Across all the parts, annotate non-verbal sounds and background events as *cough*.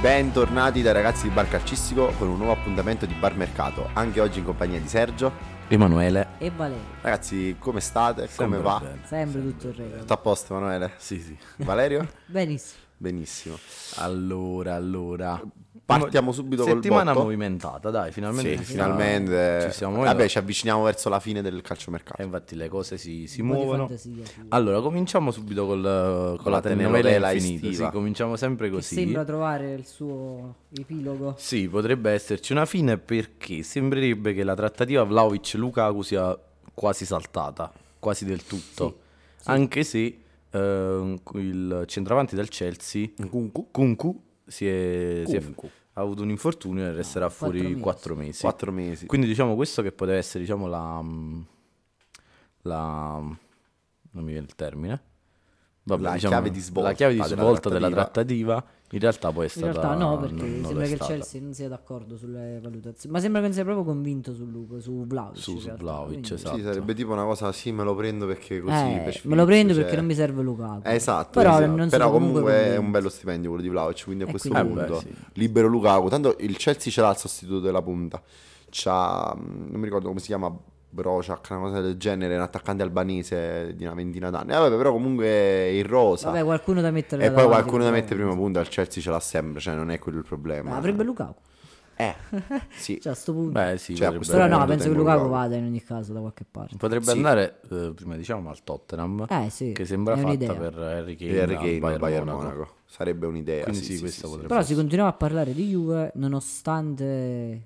Bentornati dai ragazzi di Bar Calcistico con un nuovo appuntamento di Bar Mercato, anche oggi in compagnia di Sergio. Emanuele. E Valerio, Ragazzi, come state? Sempre come va? bene. sempre tutto in regola. Tutto a posto, *laughs* Emanuele? Sì, sì. Valerio? Benissimo. Benissimo. Allora, allora. Partiamo subito col Settimana botto. movimentata, dai, finalmente. Sì, ci siamo- finalmente. Ci siamo Eh, Vabbè, muovendo. ci avviciniamo verso la fine del calciomercato. E infatti le cose si, si Un po' di muovono. Ah, fantasia, sì. Allora, cominciamo subito col, con, Con la la telenovela telenovela infinita. estiva. Sì, cominciamo sempre Che così. sembra trovare il suo epilogo. Sì, potrebbe esserci una fine perché sembrerebbe che la trattativa Vlaovic-Lukaku sia quasi saltata, quasi del tutto. Anche se ehm, il centravanti del Chelsea, Kunku. Kunku, si è, si è- Kunku. ha avuto un infortunio e resterà fuori quattro mesi. quattro mesi. Quattro mesi. Quindi diciamo questo che poteva essere diciamo la... la non mi viene il termine. Vabbè, La diciamo, chiave di svolta la chiave di della svolta della trattativa. trattativa. in realtà poi è In stata... realtà no, non- perché non lo sembra è che il stata. Chelsea non sia d'accordo sulle valutazioni. Ma sembra che non sia proprio convinto su Luca, su Vlaovic. Su- in su realtà, Vlahovic, quindi- esatto. Sì, sarebbe tipo una cosa, sì, me lo prendo perché così... Eh, per me lo prendo sfizio, perché cioè. non mi serve Lukaku. Eh, Esatto, però, esatto. non Però sono comunque, è convinto. un bello stipendio quello di Vlaovic, quindi a Eh, questo quindi- Eh, beh, punto sì. libero Lukaku. Tanto il Chelsea ce l'ha il sostituto della punta. C'ha, mh, non mi ricordo come si chiama, Brociac, una cosa del genere, un attaccante albanese di una ventina d'anni. Eh, vabbè, però comunque è in rosa. Vabbè, qualcuno da mettere e Eh, poi davanti, qualcuno da però- mettere prima punta, il Chelsea ce l'ha sempre, cioè non è quello il problema. Ma avrebbe Lukaku. Eh, *laughs* sì. Cioè, a sto punto. Beh, sì, Cioè, a potrebbe, questo però no, veramente penso che tengo Lukaku Lukaku. vada in ogni caso da qualche parte. potrebbe andare, eh, prima diciamo, al Tottenham, Eh, sì, che sembra è fatta un'idea. per Harry Kane, Cioè, E Harry Kane, al Bayern, Bayern Monaco. Monaco. Sarebbe un'idea. Quindi sì, sì, sì, questa sì, sì. potrebbe Però si continuava a parlare di Juve nonostante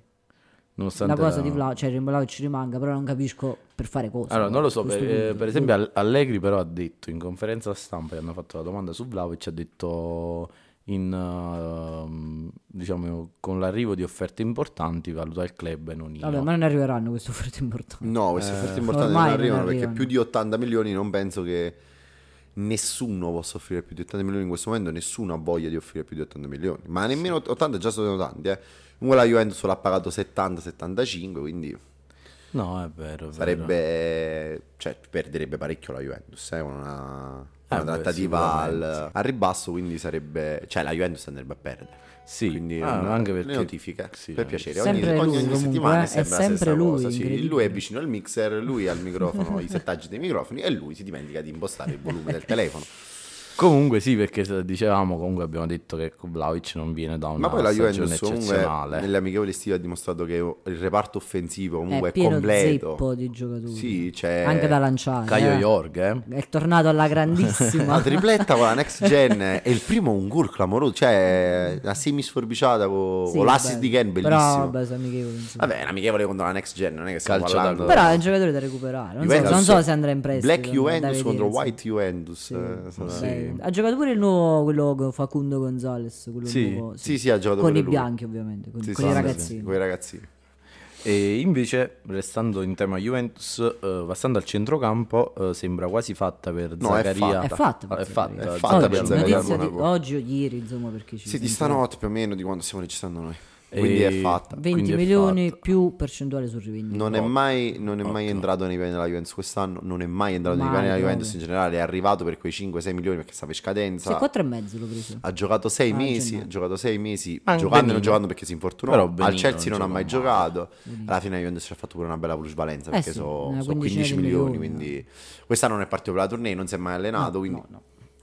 Nonostante la cosa di Vlaovic, cioè Vlaovic ci rimanga, però non capisco per fare cosa. Allora, non lo so, Questo per, punto. eh, per esempio Al- Allegri però ha detto in conferenza stampa, gli hanno fatto la domanda su Vlaovic, ha detto in, ehm, diciamo, con l'arrivo di offerte importanti valuta il club e non io. Vabbè, ma non arriveranno *laughs* queste offerte importanti. No, queste offerte importanti non Eh, ormai non arrivano perché arrivano. più di 80 milioni non penso che nessuno possa offrire più di 80 milioni in questo momento, nessuno ha voglia di offrire più di 80 milioni, ma nemmeno 80 già sono tanti, eh. Comunque la Juventus l'ha pagato 70-75, quindi No, è vero, è vero. sarebbe cioè perderebbe parecchio la Juventus, eh, una Eh, una beh, trattativa al, sicuramente, al ribasso, quindi sarebbe cioè la Juventus andrebbe a perdere. Sì, quindi ah, una- anche le perché notifiche sì, per eh. piacere. Ogni, Sempre ogni- lui, ogni comunque, settimana è eh, è sempre, la sempre stessa lui, cosa. Sì, incredibile. lui è vicino al mixer, lui ha il microfono, i *laughs* settaggi dei microfoni e lui si dimentica di impostare il volume del telefono. Comunque sì, perché se- dicevamo, comunque abbiamo detto che Vlaovic non viene da una Ma poi la stagione Juventus comunque eccezionale. nelle amichevoli estive ha dimostrato che il reparto offensivo comunque È è, pieno completo. zeppo di giocatori. Sì, c'è Anche da lanciare. Caio eh. Jorg, eh? È tornato alla grandissima. *laughs* La tripletta con la *laughs* next gen e il primo un gol clamoroso, cioè la semi sforbiciata con, Sì, con l'assist bello. di Ken bellissimo. Però vabbè, sono amichevoli, insomma. Vabbè, è un amichevole contro la next gen, non è che stiamo Calcio parlando. d'angolo. Però è un giocatore da recuperare. Non, so, Juventus- non so se andrà in prestito. Black da Juventus vedere, contro insomma. White Juventus. eh, sarà- Sì. Ha giocato pure il nuovo quello con Facundo Gonzalez. Quello Sì. nuovo, Sì, sì, ha giocato con pure i lui. bianchi, ovviamente. Con, Sì, con sì, i sì, ragazzini. sì, con i ragazzini. E invece, restando in tema Juventus, eh, passando al centrocampo, eh, sembra quasi fatta per No, è Zaccaria. È fatta, Ah, per Esatto. È fatta, Zagari. È fatta oggi, per Zagari al notizia di Monaco. oggi o ieri, insomma, perché ci Sì, di sentiamo. stanotte più o meno di quando stiamo registrando noi. E- Quindi è fatta. 20 Quindi è milioni fatta. più percentuale sul rivendito. Non è mai, non è mai entrato nei piani della Juventus quest'anno, non è mai entrato nei Mai, piani della proprio. Juventus in generale, è arrivato per quei 5-6 milioni perché stava in Sì, scadenza. 4 e mezzo l'ho preso. ha giocato sei Ah, mesi, gennaio. ha giocato sei mesi, Ah, giocando e Benino. non giocando perché si infortunò. Però Al Benino Chelsea non non ha mai giocò giocato. Alla fine la Juventus ci ha fatto pure una bella plusvalenza Eh perché sì, sono una so 15 quindicina di milioni, milioni, quindi quest'anno non è partito per la tournée, non si è mai allenato, quindi No, no.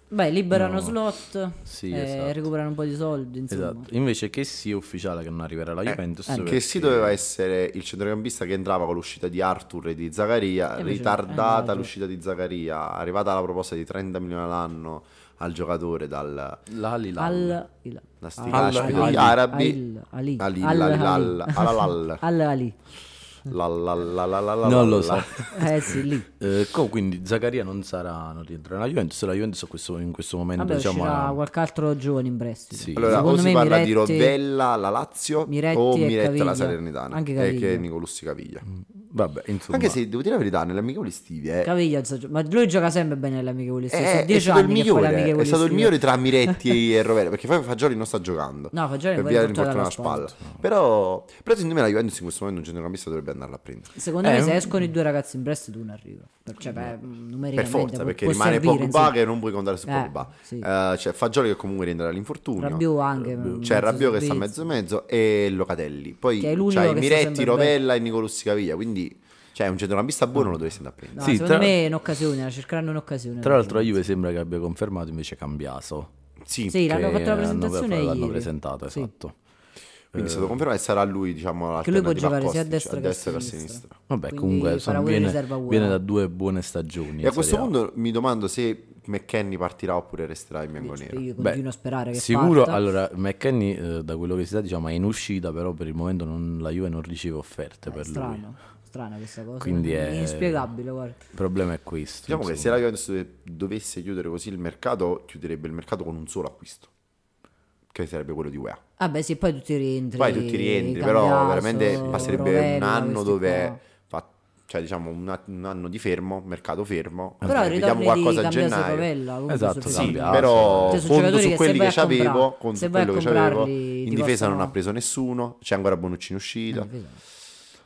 Beh, liberano slot, Sì, eh, esatto. recuperano un po' di soldi, insomma. Esatto. Invece che sia ufficiale che non arriverà la Juventus. Eh, che perché- si doveva essere il centrocampista che entrava con l'uscita di Arthur e di Zaccaria, E Eh, invece è ritardata andato. l'uscita di Zaccaria, arrivata la proposta di 30 milioni all'anno al giocatore dal L'Al-Hilal. Al il, da sti al- caspita al- degli al- arabi. al- Ali. Ali, Al- lali, Ali. lal, alalal. Al Ali. la la la la la la Non la lo la. so. *laughs* *laughs* Eh sì, lì. Eh, co- quindi Zaccaria non sarà, non rientrerà nella Juventus. La Juventus a questo- in questo momento Vabbè, diciamo, uscirà ha- qualche altro giovane in prestito. Sì. Allora, Secondo o si me parla Miretti- di Rovella, la Lazio Miretti o e Miretta la Caviglia. Salernitana, Anche eh, Caviglia. Mm, che è Nicolussi Caviglia. Vabbè, insomma. Anche se devo dire la verità, nelle amichevoli stive eh, Caviglia, so- ma lui gioca sempre bene alle amichevoli è, estive. Sono Eh, è dieci stato il anni che fa le migliore, amichevoli è stato il estive. migliore tra *laughs* Miretti e Rovere, perché poi Fagioli non sta giocando. No, Fagioli per poi è via portato dell'infortunio alla dalla spalla. Però, però secondo me la Juventus in questo momento un centrocampista dovrebbe andarla a prendere. Secondo Eh, me se un- escono i due ragazzi in prestito tu non arriva. Per- Cioè, beh, numericamente Mm. Per forza, può- perché può rimane servire, Pogba insomma. che non puoi contare su Eh, Pogba. sì. Eh, c'è Fagioli che comunque rientra dall'infortunio. Rabiot anche, Rabiot. mezzo C'è Rabiot che sta servizio. mezzo mezzo e Locatelli. Poi Che è l'unico c'hai che sta Miretti, sempre Rovella e Nicolussi Caviglia, quindi cioè un centrocampista buono lo dovresti andare a prendere. No, Sì, secondo tra- me è un'occasione, la cercheranno un'occasione. Tra l'altro, la Juve sembra che abbia confermato invece Cambiaso. Sì, Sì, l'hanno che fatto la hanno- presentazione L'hanno ieri. presentato, Sì. esatto. quindi è stato confermato e sarà lui, diciamo, Che lui può l'alternativa giocare sia a Kostic, destra che a che a sinistra. sinistra. Vabbè, Quindi comunque farà insomma, pure riserva viene, uomo. viene da due buone stagioni. E a questo punto punto mi domando se McKenny partirà oppure resterà in bianco nero. Io Beh, continuo a sperare che sicuro, parta. allora McKenny da quello che si sa diciamo è in uscita, però per il momento non- la Juve non riceve offerte Eh, per lui. strano, strana questa cosa. Quindi è- inspiegabile, guarda. Il problema è questo. Diciamo che se insomma. la Juventus dovesse chiudere così il mercato, chiuderebbe il mercato con un solo acquisto, che sarebbe quello di UEA. Vabbè, Ah, sì, poi tutti rientri. Poi tutti rientri, però Cambiaso, veramente passerebbe un Rovella, anno questi dove qua. fa- cioè diciamo un, a- un anno di fermo, mercato fermo, Però eh, il vediamo ritorno di qualcosa a Cambiaso e gennaio. Rovella, comunque Esatto, sorprende. Sì, Cambiaso. però ah, Cioè, sono conto giocatori su che quelli se vai che a c'avevo, comprare- conto se su vai a quello che c'avevo, comprarli, in ti difesa non costano- ha preso nessuno, c'è ancora Bonucci in esatto. uscita,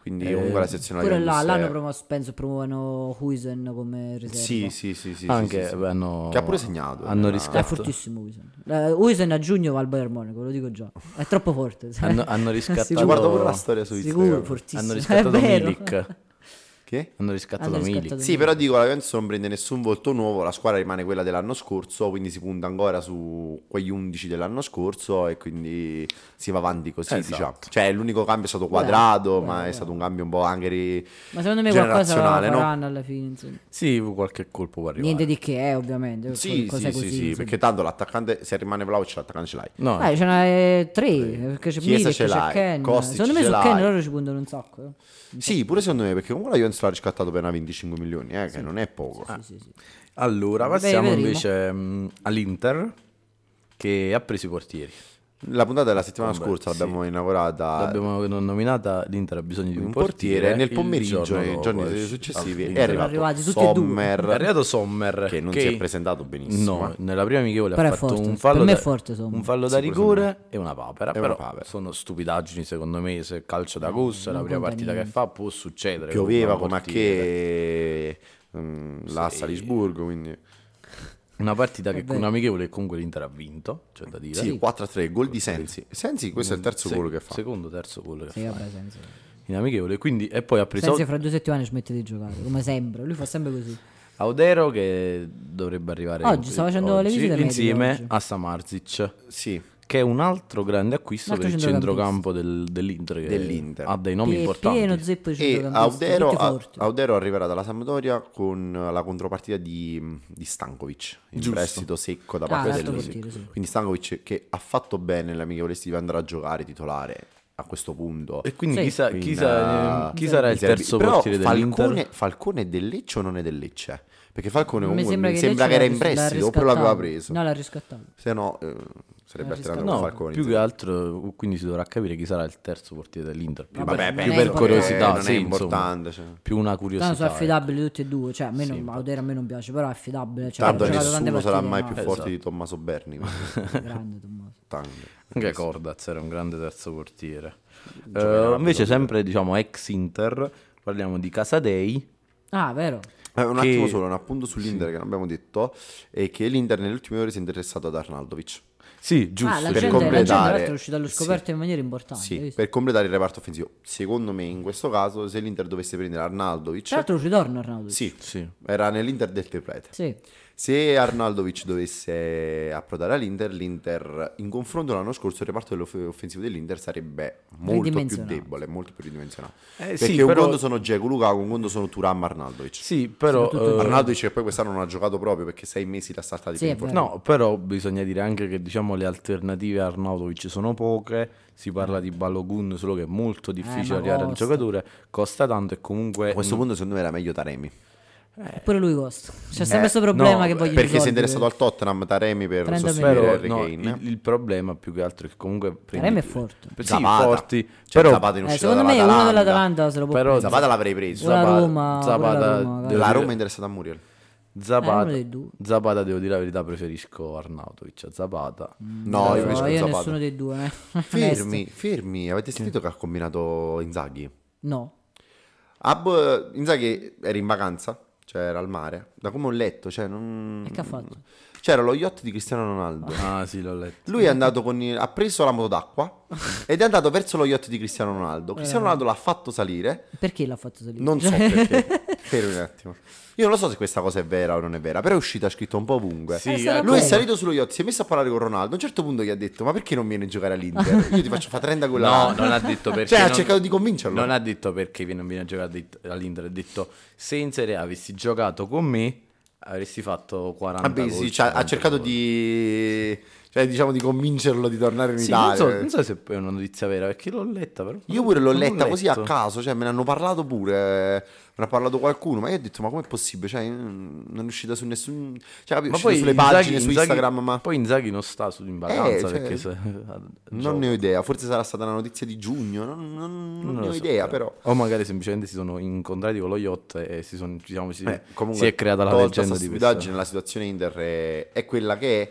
quindi Eh, comunque la sezione Esatto. Pure là, Juventus l'hanno è- promosso, penso promuovano Huisen come riserva. Eh, Sì, sì, sì, sì, Anche sì, sì, sì. hanno- che ha pure segnato. eh, hanno nella- È rischiato. fortissimo Huisen. Eh, Huisen a giugno va al Bayern Monaco, lo dico già. È troppo forte. sai. Hanno- hanno riscattato- Ci *laughs* Sicuro. guardo pure la storia su Sicuro, Instagram. fortissimo. hanno *laughs* È riscattato vero. Milik. Che? Hanno riscattato Hanno Milik. riscattato- Sì, però dico, la Juventus non prende nessun volto nuovo, la squadra rimane quella dell'anno scorso, quindi si punta ancora su quegli 11 dell'anno scorso e quindi si va avanti così, Esatto. diciamo. Cioè, l'unico cambio è stato Bravo, quadrato, ma bravo, è bravo. stato un cambio un po' anche ri- Ma secondo me qualcosa generazionale, no? faranno alla fine. insomma. Sì, qualche colpo può arrivare. Niente di che, eh, ovviamente. Sì, qualcosa sì, così, sì, sì, insomma. perché tanto l'attaccante se rimane Vlaovic l'attaccante ce l'hai. No, Beh, ce n'è tre, eh, perché c'è Chiesa Milik, ce c'è l'hai, Ken. Kostic Secondo me ce su l'hai. Ken loro ci puntano un sacco. eh. Sì, pure secondo me, perché comunque la Juventus l'ha riscattato per una 25 milioni, eh, che non è poco. Sì, Ah. sì, sì. allora Vabbè, passiamo vedremo. invece mh, all'Inter che ha preso i portieri. La puntata della settimana Vabbè, scorsa sì. l'abbiamo inaugurata L'abbiamo nominata, l'Inter ha bisogno di un, Ah. un portiere nel il pomeriggio, giorno nei dopo eh, ah, giorni esce- successivi all'Inter. è arrivato, Sono arrivati tutti e due. Sommer, È arrivato Sommer che non si è presentato benissimo. eh. No, nella prima amichevole Però ha è fatto forte. un fallo, Per me è da, forte, Sommer. un fallo da Sì, pure secondo rigore e una papera. E una però papera. sono stupidaggini secondo me. Se calcio d'agosto è la non prima conta partita che niente. fa, può succedere. Pioveva con un come a portiere. che mm, là a Salisburgo, quindi Una partita che Vabbè. un'amichevole che comunque l'Inter ha vinto, c'è da dire. sì, 4-3, gol di Sensi. Sensi questo è il terzo Se- gol che fa. Secondo, terzo gol che Sì, fa. vabbè, senza. In amichevole, quindi e poi ha preso Senza fra due settimane smette di giocare, come sempre. Lui fa sempre così. Audero che dovrebbe arrivare Oggi, sta facendo le visite mediche insieme oggi. a Samarzic. Sì, che è un altro grande acquisto Un altro per il centrocampo centrocampista. del- dell'Inter, che Dell'Inter. ha dei nomi Pie- importanti. Pieno zeppo di e centrocampisti, Audero, tutti a- forti. Audero arriverà dalla Sampdoria con la contropartita di, di Stankovic, il Giusto. prestito secco da Ah, parte l'altro del portiere, sì. Quindi Stankovic che ha fatto bene l'amichevole estiva andrà a giocare titolare a questo punto. E quindi Sì. chissà, In, chissà, eh, chi sarà il in Serie B. terzo Però portiere Falcone, dell'Inter? Falcone è del Lecce o non è del Lecce? Perché Falcone Mi comunque mi sembra che, era Lecce in l'ha- l'ha prestito oppure l'aveva riscattato. preso. No, l'ha riscattato. Se no eh, sarebbe L'ha alternato con No, Falcone. più che insomma. altro, quindi si dovrà capire chi sarà il terzo portiere dell'Inter. Più, Vabbè, per- non più è per importante. curiosità, non sì, è insomma. importante. cioè. più una Tanto curiosità. eh. sono affidabili tutti e due, cioè a me, non, Audero a me non piace, però è affidabile. Cioè, Tanto ha giocato tante nessuno sarà partite, mai no, esatto. più è forte di Tommaso Berni. quindi, Grande Tommaso. tanto. Anche Cordaz era un grande terzo portiere. Giocherà Eh, invece, sempre diciamo ex Inter, parliamo di Casadei. Ah, vero. Eh, un *laughs* Che- attimo solo, un appunto sull'Inter che non abbiamo detto, è che l'Inter nelle ultime ore si è interessato ad Arnaldovic. Sì, giusto. ah, la sì. per gente, la gente tra completare- l'altro è uscita allo scoperto in maniera importante. Sì, Ah, hai visto? per completare il reparto offensivo. Secondo me in questo caso se l'Inter dovesse prendere Arnaldovic... Tra l'altro ci torna Arnaldo. certo. Sì, Sì. era nell'Inter del Teplete. Sì. Se Arnaldovic dovesse approdare all'Inter, l'Inter in confronto l'anno scorso il reparto dell'offensivo dell'Inter sarebbe molto più Ridimensionato. debole, molto più ridimensionato. Eh, Perché sì, un però- conto sono Dzeko Lukaku, un conto sono Turam Arnaldovic. Sì, però Soprattutto- eh, Arnaldovic che poi quest'anno non ha giocato proprio perché sei mesi l'ha saltato Sì, per è vero. infortunio. No, però bisogna dire anche che diciamo le alternative a Arnautovic sono poche. Si parla di Balogun, solo che è Eh, molto difficile ma arrivare al costa. giocatore. Costa tanto e comunque. A questo punto secondo me era meglio Taremi. Eppure lui costa. C'è sempre questo problema no, che voglio Eh, Perché si è risolvere. interessato al Tottenham Taremi per 30 sostituire Però milioni. Harry no, Kane. il, il problema più che altro è che comunque prendi- Taremi è forte. Sì, Zapata. forti, Cioè, però Zapata in Eh, uscita secondo me uno dall'Atalanta. dell'Atalanta se lo può Però- prendere. Zapata l'avrei preso. Ora Zapata, Roma, ora Zapata, Roma, magari. devo La dire- Roma è interessata a Muriel. Eh, Zapata, uno dei due. Zapata, devo dire la verità, preferisco Arnautovic a Zapata. No, io io, preferisco Zapata. nessuno dei due. eh. *laughs* Fermi, fermi. Avete sentito che ha combinato Inzaghi? No. Ab, Inzaghi era in vacanza, cioè era al mare. Da come ho letto, cioè non... E che ha fatto? C'era lo yacht di Cristiano *laughs* Ronaldo. Ah, sì, l'ho letto. Lui è andato con i- ha preso la moto *laughs* d'acqua ed è andato verso lo yacht di Cristiano Ronaldo. Eh. Cristiano Ronaldo l'ha fatto salire. Perché l'ha fatto Eh, salire? Non so perché. *laughs* Fermi un attimo. Io non lo so se questa cosa è vera o non è vera, però è uscita scritto un po' ovunque. Sì, sarà eh, Lui è quello. salito sullo yacht, si è messo a parlare con Ronaldo. A un certo punto gli ha detto: Ma perché non vieni a giocare *laughs* all'Inter? Io ti faccio fare 30 quella. No, non ha *laughs* detto perché. Cioè, ha non- cercato di convincerlo. Non ha detto perché viene- viene a giocare a dit- all'Inter. Ha detto se in Serie A avessi giocato con me avresti fatto 40 Vabbè, gol, sì, cioè, ha 40 cercato gol. di. Cioè, diciamo di convincerlo di tornare in Sì, non, Italia. so, non so se è una notizia vera perché l'ho letta però. Io pure l'ho Non letta così a letto. caso, cioè me ne hanno parlato pure, me ne ha parlato qualcuno, ma io ho detto ma com'è possibile? Cioè mm, non è uscita su nessun... Cioè capi, è Ma uscita poi sulle Inzaghi- pagine, su Inzaghi- Instagram, ma Poi Inzaghi non sta su in vacanza cioè, perché se- *laughs* non ne ho idea, forse sarà stata una notizia di giugno, non, non- non Non ne lo ho so, idea però. O magari semplicemente si sono incontrati con lo yacht e si, sono, diciamo, si, Eh, comunque, si è creata la tolta leggenda sta di stupidaggine, questo. La situazione Inter è, è quella che è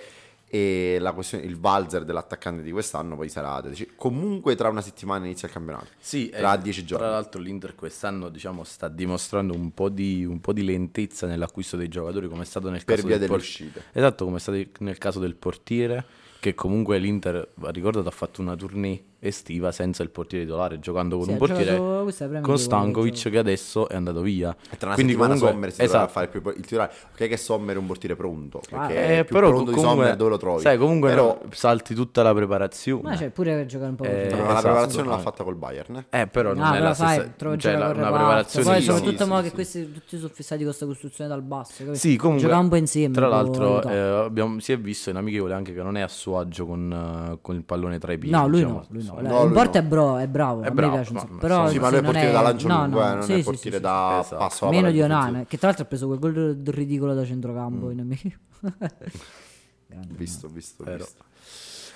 e la questione, il valzer dell'attaccante di quest'anno poi sarà... dici- Comunque tra una settimana inizia il campionato. Sì, Tra eh, dieci giorni. Tra l'altro l'Inter quest'anno diciamo, sta dimostrando un po, di, un po' di lentezza nell'acquisto dei giocatori come è stato nel Per caso via del delle por- uscite. Esatto, come è stato nel caso del portiere che comunque l'Inter, va ricordato, ha fatto una tournée estiva senza il portiere titolare, giocando con Sì, un ha portiere oh, giocato- questa è la Premier con League, Stankovic gioca. che adesso è andato via. E tra una Quindi settimana comunque, Sommer si dovrà esatto, fare più, il titolare. Ok, che Sommer è un portiere pronto. Perché Eh, è più però pronto di comunque- Sommer dove lo trovi. Sai, comunque però, no, salti tutta la preparazione. Ma cioè, pure per giocare un po'. Eh, però così. la esatto. preparazione l'ha fatta col Bayern. eh. Eh, però non Ah, è però la sai, stessa trovo cioè, gioca la, con una reparto. preparazione Poi sì, soprattutto sì, mo sì, che sì. questi tutti sono fissati con questa costruzione dal basso. capito? Sì, comunque, Giocava un po' insieme. Tra con l'altro, l'Utah. eh, abbiamo- si è visto in amichevole anche che non è a suo agio con, eh, con il pallone tra i piedi. No, lui diciamo. no, lui no. Insomma, No, il lui porta no. è, bro- è bravo, È a me bravo, piace un ma- sacco, ma però Sì, ma lui è non portiere da lancio no, lungo, no, eh, non sì, è sì, portiere sì, da Esatto. passo sì. alla Meno di palla Onana, che tra l'altro ha preso quel gol d- ridicolo da centrocampo Mm. in amico. Eh, difensiva. Visto, visto, Vero. visto.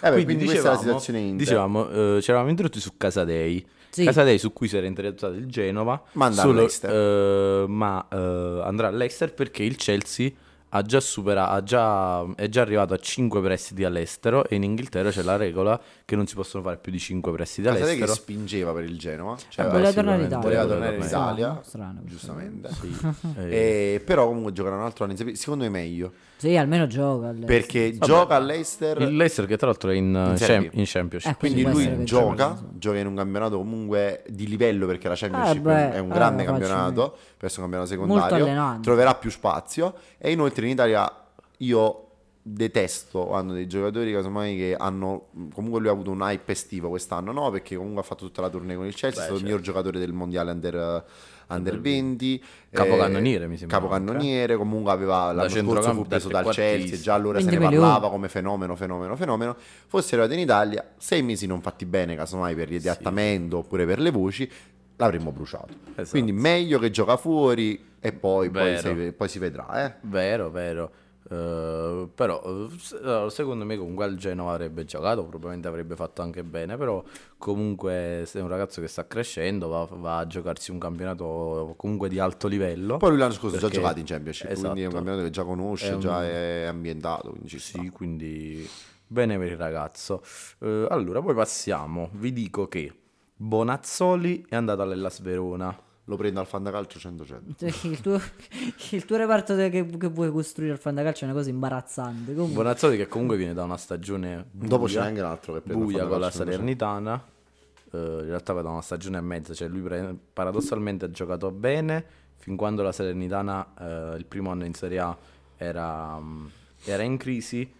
Eh beh, quindi, Quindi questa è la dicevamo, situazione Inter. dicevamo eh, ci eravamo introdotti su Casadei. Sì. Casadei su cui si era interessato il Genova. Ma andrà solo, all'Leicester. eh, ma eh, andrà all'Exter perché il Chelsea ha già supera- ha già- è già arrivato a 5 prestiti all'estero e in Inghilterra c'è la regola che non si possono fare più di 5 prestiti Ma Sapete che all'estero. spingeva per il Genova? Cioè, Eh, aveva- voleva sicuramente. tornare in Italia. voleva Voleva tornare in tornare. Italia, Strano, strano questo. giustamente. *laughs* Eh, Eh, però comunque giocherà un altro anno. in Serie B. Secondo me è meglio. Sì, almeno gioca. all'estero. Perché gioca all'Ester. Il Leicester che tra l'altro è in, eh, Serie champ- B. in Championship. Eh, Quindi Sì, può lui essere che gioca, giochi, gioca in un campionato comunque di livello perché la Championship Eh, beh, è un eh, grande facile. campionato, penso un campionato Molto secondario, allenante. troverà più spazio e inoltre in Italia io detesto quando dei giocatori casomai che hanno comunque lui ha avuto un hype estivo quest'anno no perché comunque ha fatto tutta la tournée con il Chelsea è stato il certo. miglior giocatore del mondiale under, under Under 20 Capocannoniere, mi sembra capocannoniere comunque aveva l'anno scorso centrocampo- fu da preso dal trequartista. Chelsea già allora se ne 20 milioni. parlava come fenomeno, fenomeno, fenomeno. Fosse arrivato in Italia, sei mesi non fatti bene, casomai per riadattamento oppure per le voci, l'avremmo bruciato. Esatto. Quindi meglio che gioca fuori e poi, poi, Vero. si, poi si vedrà, eh. Vero, vero. Eh, però eh, se- allora, secondo me comunque al Genova avrebbe giocato, probabilmente avrebbe fatto anche bene, però comunque se è un ragazzo che sta crescendo va, va a giocarsi un campionato comunque di alto livello. Poi lui l'anno scorso già ha Perché- giocato in Championship, quindi è un Esatto. campionato che già conosce, È un- già è ambientato, quindi ci sta. Sì, quindi bene per il ragazzo. Eh, allora, poi passiamo. Vi dico che Bonazzoli è andato all'Ellas Verona. Lo prendo al fandacalcio 100-100. Cioè, il, tuo, il tuo reparto de- che, che vuoi costruire al fantacalcio è una cosa imbarazzante. Comunque, Bonazzoli che comunque viene da una stagione Dopo buia. c'è anche un altro che prende buia al con la fantacalcio 100-100. Salernitana. eh, in realtà da una stagione e mezza, cioè lui pre- paradossalmente ha giocato bene fin quando la Salernitana eh, il primo anno in Serie A era, mm, era in crisi.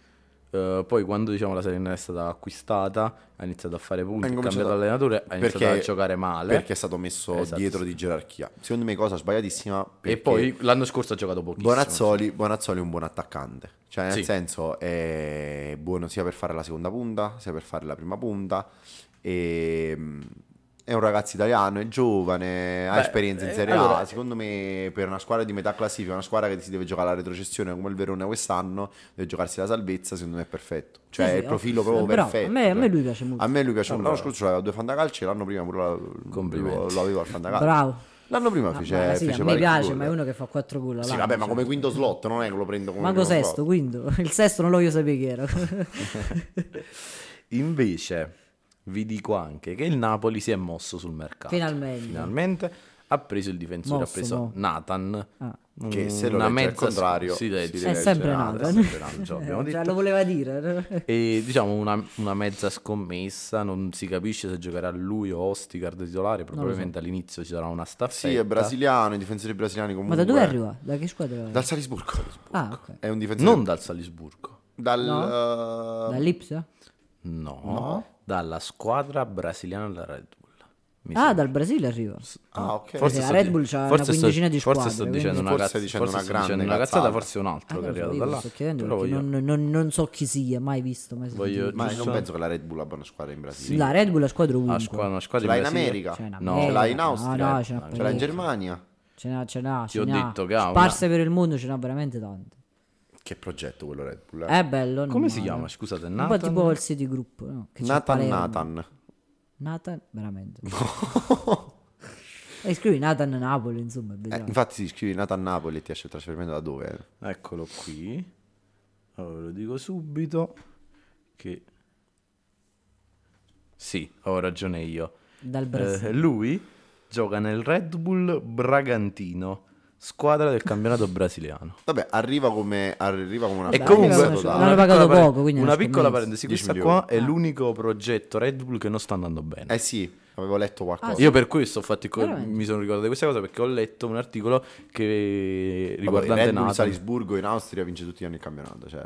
eh, poi quando diciamo la Salernitana è stata acquistata ha iniziato a fare Ha punti, ha incominciato- cambiato allenatore, ha iniziato a giocare male. perché è stato messo Esatto. dietro di gerarchia. Secondo me cosa sbagliatissima E perché- poi l'anno scorso ha giocato pochissimo. Bonazzoli, Bonazzoli è un buon attaccante, cioè nel Sì. senso è buono sia per fare la seconda punta, sia per fare la prima punta e, Ehm, È un ragazzo italiano, è giovane, ha Beh, esperienza in eh, Serie allora- A. Secondo me, per una squadra di metà classifica, una squadra che si deve giocare alla retrocessione come il Verona quest'anno, deve giocarsi la salvezza. Secondo me è perfetto. Cioè, Sì, sì, è il profilo ovvio, proprio sì, bravo. perfetto. A me- a me cioè. lui piace molto. A me lui piace molto. L'anno Allora. scorso aveva due fantacalci, l'anno prima pure la- lo, Complimenti. lo avevo al fantacalcio. Bravo. L'anno prima Ah, fece. ma sì, fece a me parecchi piace, gol. ma è uno che fa 4 gol. Sì, all'anno, vabbè, ma cioè. come quinto slot, non è che lo Esatto, prendo come. Manco primo slot. sesto, quinto. *laughs* Il sesto non lo voglio sapere chi era. *laughs* Invece vi dico anche che il Napoli si è mosso sul mercato. Finalmente. Finalmente ha preso il difensore, Mosso, ha preso no. Nathan. Ah. Che se lo una legge al mezza contrario, si Mm, si legge, legge È Cioè, sempre Nathan, è Nathan. Eh, sempre Nathan, già abbiamo *laughs* Eh, detto. cioè, lo *laughs* voleva dire. E diciamo una, una mezza scommessa, non si capisce se giocherà lui o Ostigard titolare, probabilmente all'inizio ci sarà una staffetta. Sì, è brasiliano, i difensori brasiliani Ma comunque. da dove arriva? Da che squadra? Dal Salisburgo. Ah, ok. È un difensore. Non dal Salisburgo, dal. eh, Dall'Ipsia? no, dalla squadra brasiliana della Red Bull. Mi Ah, dal Brasile arriva. Ah, ok. Forse- la sto Red di- Bull c'ha forse una sto- quindicina di Forse squadre, sto dicendo quindi- una, Forse cazz- dicendo forse una sto grande dicendo una cazzata, cazzata. forse un altro Ah, che è non, lo so, arrivato io da ve lo là. sto chiedendo Però perché voglio- non, non- non so chi sia, mai visto, mai sentito. Voglio- Ma giusto? non penso che la Red Bull abbia una squadra in Brasile. La Red Bull è squadra Ah, ovunque. squadra- una squadra Ce l'ha di in Brasile. America. C'è Cioè, in No. Ce l'ha in America, Austria. eh. no, no, ce n'ha Ce l'ha in parecchie. Germania. Ce n'ha, ce n'ha, Ti ce ho n'ha. detto che ha una- Sparse per il mondo ce n'ha veramente tante. Che progetto quello Red Bull? eh? È bello, non Come si male. chiama? Scusate, Un po' Nathan? tipo il City Group, no? Che c'è a Nathan Palermo. Nathan. Nathan, *laughs* veramente. e scrivi Nathan Napoli, insomma, è Eh, bello. infatti si scrive Nathan Napoli e ti esce il trasferimento da dove? eh? Eccolo qui. Allora, lo dico subito che... Sì, ho ragione io. Dal Brasile. Eh, lui gioca nel Red Bull Bragantino, squadra del campionato brasiliano. Vabbè, arriva come, arriva come una E fetta comunque totale. l'hanno una pagato piccola pare- poco, quindi una hanno piccola scommesso. parentesi, 10 questa qua è l'unico progetto Red Bull che non sta andando bene. Eh sì, avevo letto qualcosa. Ah, sì. Io per questo ho fatto i co- Veramente? mi sono ricordato di questa cosa perché ho letto un articolo che Vabbè, riguardante Red Bull Nathan. Salisburgo in Austria vince tutti gli anni il campionato. Cioè...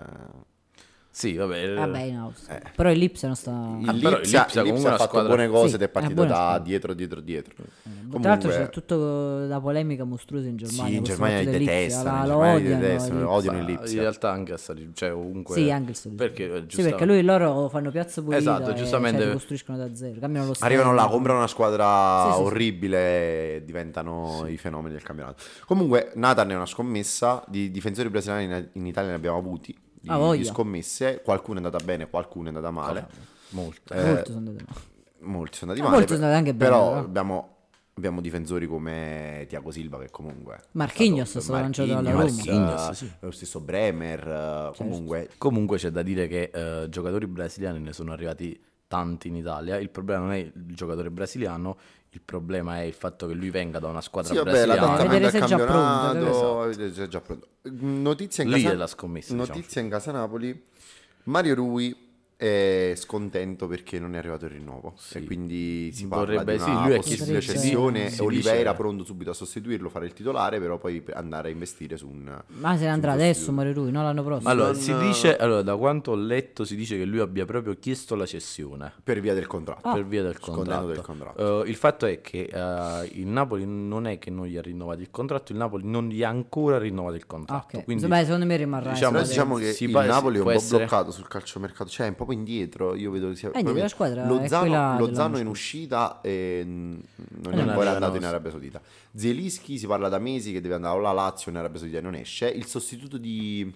Sì, vabbè. Vabbè, Eh, in Austria. Però il Lipsia non sta... Ah, Il però Lipsia, Lipsia il Lipsia comunque è ha una fatto squadra- buone cose Sì, ed è è partito buona da squadra. dietro, dietro, dietro. Tra l'altro Comunque- c'è tutta la polemica mostruosa in Germania. Sì, in questo Germania fatto li dell'Ipsia, detestano, la- in lo Germania li odiano, detestano, l'Ipsia. odiano in il Lipsia. realtà anche a Salisburgo, cioè comunque Sì, anche il Sud. Perché eh, Sì, perché giustamente- lui e loro fanno piazza pulita Esatto, e, giustamente- cioè, costruiscono da zero, cambiano lo stadio. Arrivano là, comprano una squadra Sì, sì, sì. orribile e diventano i fenomeni del campionato. Comunque, Nathan è una scommessa. Di difensori brasiliani in, in Italia ne abbiamo avuti. Di, Ah, voglia. di scommesse, qualcuno è andata bene, qualcuno è andata male. molto. Eh, Molto eh, sono andato male. Molti sono andati Ah, male. molti sono andati anche bene, però però. abbiamo, abbiamo difensori come Tiago Silva, che comunque. è Marquinhos è stato lanciato dalla Roma. Marquinhos, sì. eh, Lo stesso Bremer. Certo. eh, Comunque, Comunque c'è da dire che eh, giocatori brasiliani ne sono arrivati tanti in Italia. Il problema non è il giocatore brasiliano, il problema è il fatto che lui venga da una squadra Sì, vabbè, brasiliana. Vedere l'adattamento al se è già campionato, pronto, è già pronto. Notizia in Lì casa, è la scommessa, diciamo. Notizia in casa Napoli. Mario Rui è scontento perché non è arrivato il rinnovo e quindi si parla Vorrebbe- di sì, una lui è chi- possibile si dice- cessione si e Oliveira dice- pronto subito a sostituirlo, fare il titolare, però poi per andare a investire su un Ma se ne andrà adesso, muore lui, no l'anno prossimo. Allora, non- si dice, allora, da quanto ho letto, si dice che lui abbia proprio chiesto la cessione. per via del Ah. contratto. per via del Scontento contratto. del contratto. Eh, il fatto è che eh, il Napoli non è che non gli ha rinnovato il contratto, il Napoli non gli ha ancora rinnovato il Ah, contratto. ok. Quindi Beh, secondo me rimarrà. diciamo- Però esatto. diciamo che si il pa- si- Napoli è un può po' essere- bloccato sul calciomercato, cioè è un po' indietro. Io vedo che sia indietro, la squadra è Eh, quella Lozano, dell'anno Lozano in scorso. uscita e mm, non è Non ancora arriva, andato in no. Arabia Saudita. Zielinski si parla da mesi che deve andare o alla Lazio in Arabia Saudita e non esce. Il sostituto di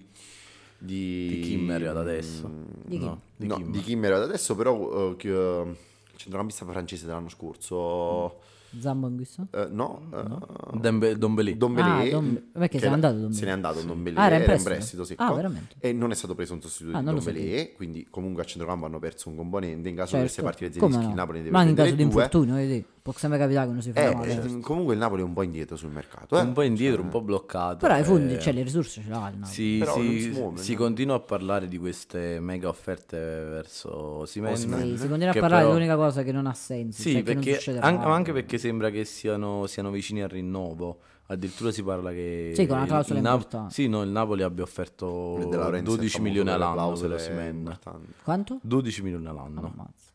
di, Mm, di Kimmer ad adesso. Di chi? No, di no, Kimmer. di Kimmer ad adesso, però eh, che, eh, il centrocampista francese dell'anno scorso Zambo in questo? eh, no, eh, Dembe- Dombele. Dombele, Ah, Dom- perché che se n'è la- andato Dombele. se n'è andato Dombele, Ah, era in era in prestito? prestito, sì, Ah, qua. veramente? e non è stato preso un sostituto Ah, di non lo Dombele quindi comunque a centrocampo hanno perso un componente in caso dovesse Certo. partire Come Zelinski il no? Napoli ne deve Ma anche in caso prendere di certo. due. infortunio, vedi? Può sempre capitare che non si fa Eh, male. eh, comunque il Napoli è un po' indietro sul mercato eh. un po' indietro, un po' bloccato. Però i eh, fondi, cioè le risorse ce l'ha il Napoli. Si, Però non si- si muove, si no? continua a parlare di queste mega offerte verso Simen. Sì, si continua a parlare dell'unica cosa che non ha senso. Sì, cioè che non perché succederà. anche, ma anche perché sembra che siano, siano vicini al rinnovo. Addirittura si parla che Sì, con una il- clausola il Nap- importante. sì, no, il Napoli abbia Quello offerto della Renzi 12 senza milioni molto delle all'anno per clausole Osimhen. importanti. Quanto? 12 milioni all'anno. Ammazza.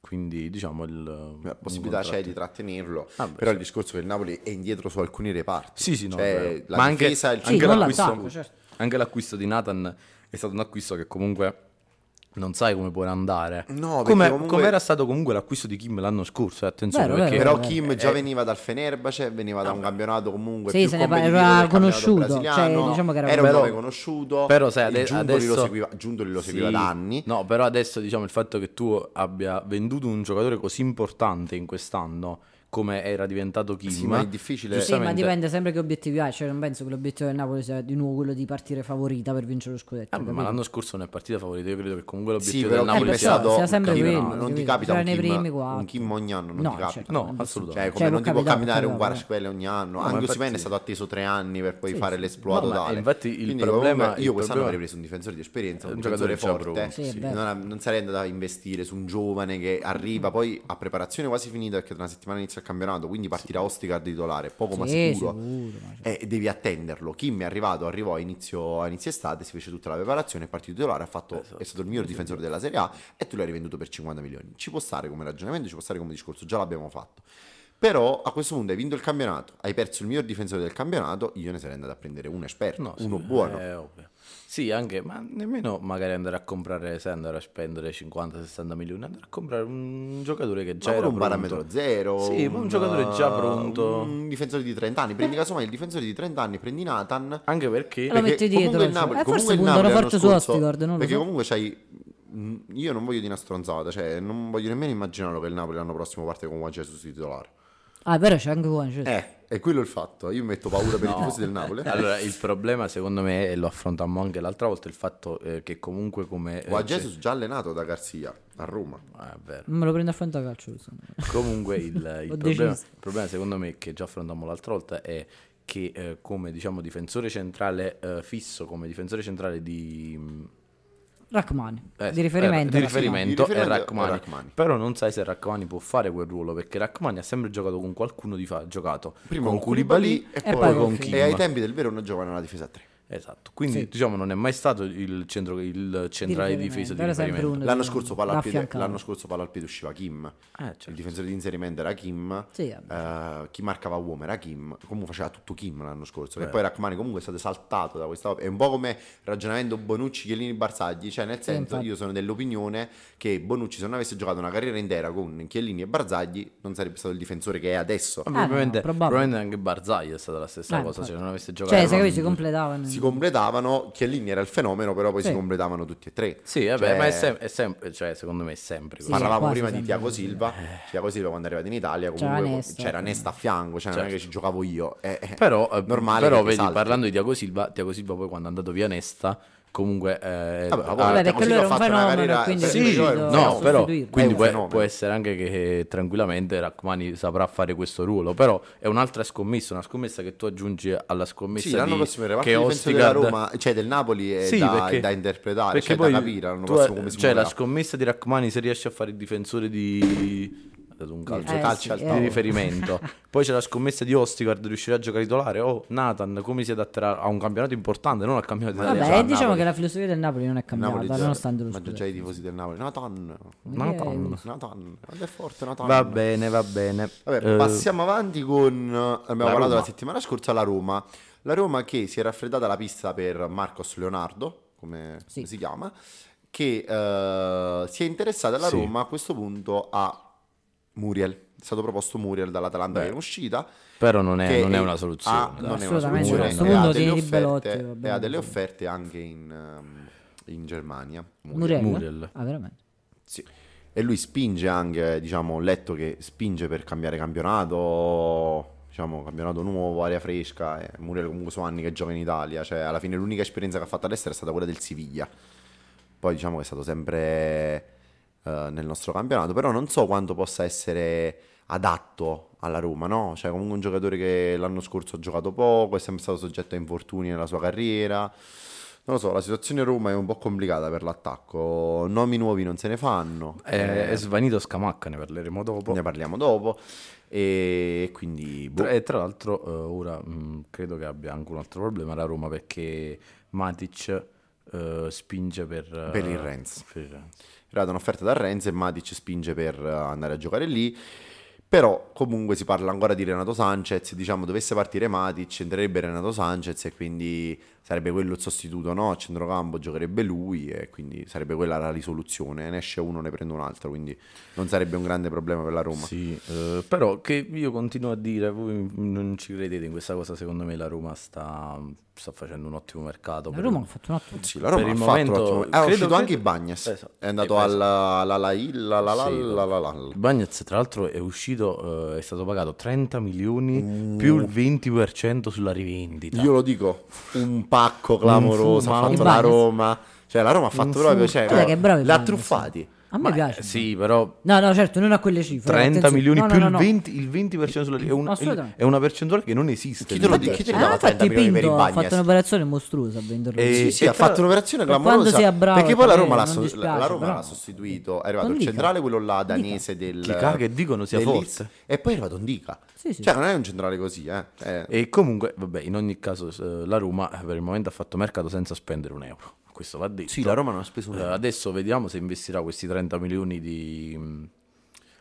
Quindi diciamo il La un possibilità c'è contratto. di trattenerlo, Ah, beh, però il discorso è che il Napoli è indietro su alcuni reparti. Sì, sì, no, è Cioè, vero. la Ma anche, difesa, il anche non centrocampo- l'acquisto, l'attacco, certo. anche l'acquisto di Nathan è stato un acquisto che comunque non sai come può andare. No, perché come, comunque- come era stato comunque l'acquisto di Kim l'anno scorso, eh, attenzione, Vero, perché vero. Però eh, Kim già veniva dal Fenerbahce, veniva da un campionato comunque Ah, Sì, più se ne parla- competitivo era del campionato conosciuto, brasiliano. cioè, diciamo che era era un Però- nome conosciuto. però sai, il ade- Giuntoli adesso- lo seguiva, Giuntoli lo seguiva Sì. da anni. No, però adesso diciamo il fatto che tu abbia venduto un giocatore così importante in quest'anno come era diventato Kim. Sì, ma è difficile- Sì, ma giustamente- dipende sempre che obiettivi hai. Cioè, non penso che l'obiettivo del Napoli sia di nuovo quello di partire favorita per vincere lo scudetto. Ah, Eh, ma capito? l'anno scorso non è partita favorita, io credo che comunque Sì, l'obiettivo però del Kim Napoli è Eh, sia stato sia sempre capito, quello, no, non ti capito? capita Cioè, un nei primi Kim, quattro. un Kim ogni anno, non No, ti capita. certo, No, è impossibile. assolutamente. Cioè, come Cioè, non ti può capitare, camminare un capitare, Guarasquelli ogni anno. No, Anche ma Osimhen infatti- è stato atteso tre anni per poi Sì, fare sì. l'esploito No, ma totale. infatti il Quindi, problema- comunque, il io quest'anno problema- Eh, avrei preso un difensore di esperienza, un, Un giocatore giocatore forte. che ci ha Sì, è vero. Non, non sarei andato a investire su un giovane che arriva poi a preparazione quasi finita perché tra una settimana inizia il campionato, quindi partirà Ostica titolare, poco ma Sì, sicuro. ma cioè- E devi attenderlo. Kim è arrivato, arrivò a inizio, a inizio estate, si fece tutta la preparazione, è partito titolare, ha fatto, Esatto. è stato il miglior difensore della Serie A e tu l'hai rivenduto per 50 milioni. Ci può stare come ragionamento, ci può stare come discorso, già l'abbiamo fatto. Però a questo punto hai vinto il campionato, hai perso il miglior difensore del campionato, io ne sarei andato a prendere un esperto, No, sì, uno buono. eh, ovvio. Sì, anche, ma nemmeno magari andare a comprare, se andare a spendere 50-60 milioni, andare a comprare un giocatore che già Ma era pure un pronto. parametro zero. uh, Sì, un giocatore già pronto. Un difensore di 30 anni. *laughs* Prendi casomai il difensore di 30 anni, prendi Nathan. Anche perché... Eh, lo Perché metti comunque dietro, il cioè. Napoli- Eh, comunque forse il puntano Napoli l'anno forte su scorso- Ostigord, non lo Perché so. comunque c'hai. mh, Io non voglio di una stronzata, cioè non voglio nemmeno immaginarlo che il Napoli l'anno prossimo parte con Juan Jesus titolare. Ah, è vero, c'è anche Juan. cioè- Eh, è quello il fatto. Io mi metto paura per i tifosi del Napoli. *laughs* Allora, il problema secondo me, e lo affrontammo anche l'altra volta, il fatto eh, che comunque come... eh, Juan c'è- Jesus già allenato da Garzia a Roma. Ah, è vero. Non me lo prendo a fronte a calcio. insomma. Comunque il, il *laughs* Ho problema, deciso. il problema, secondo me che già affrontammo l'altra volta è che eh, come diciamo difensore centrale eh, fisso, come difensore centrale di... mm, Rachmani, eh, di riferimento. eh, di Rachmani. riferimento Di è riferimento è Rachmani. Rachmani. Però non sai se Rachmani può fare quel ruolo perché Rachmani ha sempre giocato con qualcuno di fa- giocato Prima con con Koulibaly Koulibaly e, e poi poi con con Kim. E ai tempi del vero non giocava nella difesa a 3. Esatto. Quindi Sì. diciamo non è mai stato il centro il centrale di difesa di Era sempre riferimento. uno L'anno di- scorso palla al da piede, affiancare. l'anno scorso palla al piede usciva Kim. Eh, certo. Il difensore di inserimento era Kim. Sì, vabbè. Eh, chi marcava uomo era Kim. Comunque faceva tutto Kim l'anno scorso. Che Beh. poi Rachmani comunque è stato saltato da questa. È un po' come ragionamento Bonucci, Chiellini, Barzagli. Cioè, nel senso, infatti. io sono dell'opinione che Bonucci, se non avesse giocato una carriera intera con Chiellini e Barzagli, non sarebbe stato il difensore che è adesso. Ma no, probabilmente, probabile. probabilmente anche Barzagli è stata la stessa Eh, cosa, infatti. cioè non avesse giocato. Cioè, se capisci, si non- completavano. Si completavano, Chiellini era il fenomeno, però poi Sì. si completavano tutti e tre. Sì, vabbè, Cioè- ma è, sem- è sempre, cioè, secondo me è sempre così. Sì. Eh. Parlavamo quasi prima di sempre Tiago così. Silva. Tiago Silva quando è arrivato in Italia C'era comunque Nesta. c'era Nesta a fianco, cioè non è Certo. che ci giocavo io. È, è Però, eh, normale. però che ti vedi, salti. parlando di Tiago Silva, Tiago Silva poi quando è andato via Nesta, comunque... eh, Vabbè, ma ha- poi Tiago Vabbè, perché lui Silva era ha un fatto una fenomeno, carriera- quindi eh, è Sì, cioè, però riuscito era un- no, a però sostituirlo. È quindi un può, fenomeno. può essere anche che eh, tranquillamente Rachmani saprà fare questo ruolo, però è un'altra scommessa, una scommessa che tu aggiungi alla scommessa Sì, l'anno di, prossimo il reparto che difensivo della Ostigard- Roma, cioè del Napoli, è da, è da interpretare, perché cioè poi da capire l'anno tu- prossimo come si cioè, la muoverà. scommessa di Rachmani se riesce a fare il difensore di ha dato un calcio, Eh, calci sì, al eh. di tavolo. *laughs* riferimento. Poi c'è la scommessa di Ostigard, riuscirà a giocare titolare? Oh, Nathan, come si adatterà a un campionato importante, non al campionato Ma italiano? Cioè, Vabbè, a eh, diciamo Napoli. che la filosofia del Napoli non è cambiata, Napoli già- nonostante lo ma già scudetto. i tifosi del Napoli. Nathan, Nathan. Nathan, quanto è forte Nathan. Va bene, va bene. Vabbè, Eh, passiamo avanti con. Abbiamo parlato Roma. la settimana scorsa alla Roma. La Roma che si è raffreddata la pista per Marcos Leonardo, come Sì. si chiama, che eh, si è interessata alla Sì. Roma a questo punto a Muriel. È stato proposto Muriel dall'Atalanta Beh. che è uscita. però non è, che non è è- una soluzione. ah, dai. non è una Assolutamente soluzione. no. A sto e ha punto delle tieni Belotti, offerte- va e bene, ha delle insomma. offerte anche in, ehm, in Germania. Muriel. Muriel? Muriel. Ah, veramente? Sì. E lui spinge anche, diciamo, ho letto che spinge per cambiare campionato, diciamo, campionato nuovo, aria fresca. eh, Muriel comunque sono anni che gioca in Italia, cioè alla fine l'unica esperienza che ha fatto all'estero è stata quella del Siviglia. Poi diciamo che è stato sempre eh, nel nostro campionato, però non so quanto possa essere adatto alla Roma, no? Cioè comunque un giocatore che l'anno scorso ha giocato poco, è sempre stato soggetto a infortuni nella sua carriera. Non lo so, la situazione a Roma è un po' complicata per l'attacco. Nomi nuovi non se ne fanno. È, Eh, è svanito Scamacca, ne parleremo dopo. ne parliamo dopo. E quindi boh. Tra- E tra l'altro eh, ora mh, credo che abbia anche un altro problema la Roma perché Matic eh, spinge per, eh, Per il Rennes. per il Rennes. è arrivata un'offerta da Renzi e Matic spinge per eh, andare a giocare lì. Però comunque si parla ancora di Renato Sanchez, diciamo dovesse partire Matic, entrerebbe Renato Sanchez e quindi sarebbe quello il sostituto, no? A centrocampo giocherebbe lui e quindi sarebbe quella la risoluzione, ne esce uno, ne prende un altro, quindi non sarebbe un grande problema per la Roma. Sì, eh, però che io continuo a dire, voi non ci credete in questa cosa, secondo me la Roma sta, sta facendo un ottimo mercato. La per- Roma ha fatto un attimo. Sì, la Roma Per ha il fatto un momento- ottimo- ah, è credo- uscito credo- anche Bagnes, Esatto. è andato Eh, alla la la la la la Sì, la la la la. Il Bagnez, tra l'altro, è uscito, eh, è stato pagato 30 milioni più il 20% sulla rivendita. Io lo dico, un pacco clamoroso, Un ha fumo, fatto un la bagno. Roma, cioè la Roma ha Un fatto fumo. proprio, cioè, Guarda che bravi Mm, l'ha Bagnes. truffati. A me Ma, piace. eh, sì, però No, no, certo, non a quelle cifre. 30 attenzione. milioni No, no, più no, il no. 20%, il 20% sulla è una, Assolutamente. è una percentuale che non esiste. Chi te lo Infatti- dice? Chi te Eh, lo dava 30 infatti milioni per i Pinto ha Bagnes? fatto un'operazione mostruosa a venderlo. E, sì, eh, sì, ha tra- fatto un'operazione per clamorosa. quanto sia bravo, perché poi la perché Roma, l'ha, non so- dispiace, la- la Roma però- l'ha sostituito. È arrivato Non il dica. centrale, quello là Dica. danese del. Chi caga e dicono sia dell'Is- forte. E poi è arrivato un Dica. Sì, sì. Cioè, non è un centrale così, eh. Eh, E comunque, vabbè, in ogni caso eh, la Roma eh, per il momento ha fatto mercato senza spendere un euro. Questo va detto. Sì, la Roma non ha speso un Eh, euro. adesso vediamo se investirà questi 30 milioni di, mh,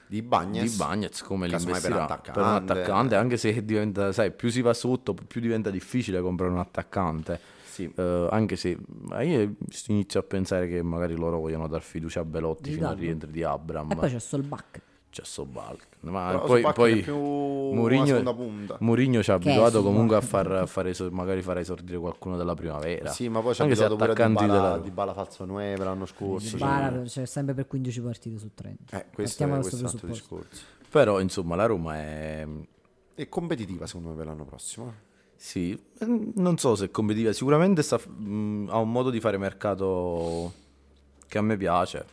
di Bagnes. di Bagnets come li Casomai per un investirà attaccante. un attaccante, anche se diventa, sai, più si va sotto, più diventa difficile comprare un attaccante. Sì. Eh, anche se ma io inizio a pensare che magari loro vogliono dar fiducia a Belotti Di Eh, fino al Dardo. rientro di Abram. E poi c'è Solbach. C'è Sobalk. Ma Però poi, Sobalk poi è più una seconda punta. Mourinho, Mourinho ci ha Che è abituato Sobalk? *laughs* comunque a far, a fare esor- magari far esordire qualcuno della primavera. Sì, ma poi ci ha Anche se abituato pure di attaccanti Bala, della- di Bala Falso Nueva l'anno scorso. cioè- Bara, cioè, sempre per 15 partite su 30. Eh, questo Partiamo è da questo è un altro presupposto. discorso. Però insomma la Roma è... È competitiva secondo me per l'anno prossimo. Sì, ehm, non so se è competitiva, sicuramente sta- mh, ha un modo di fare mercato che a me piace.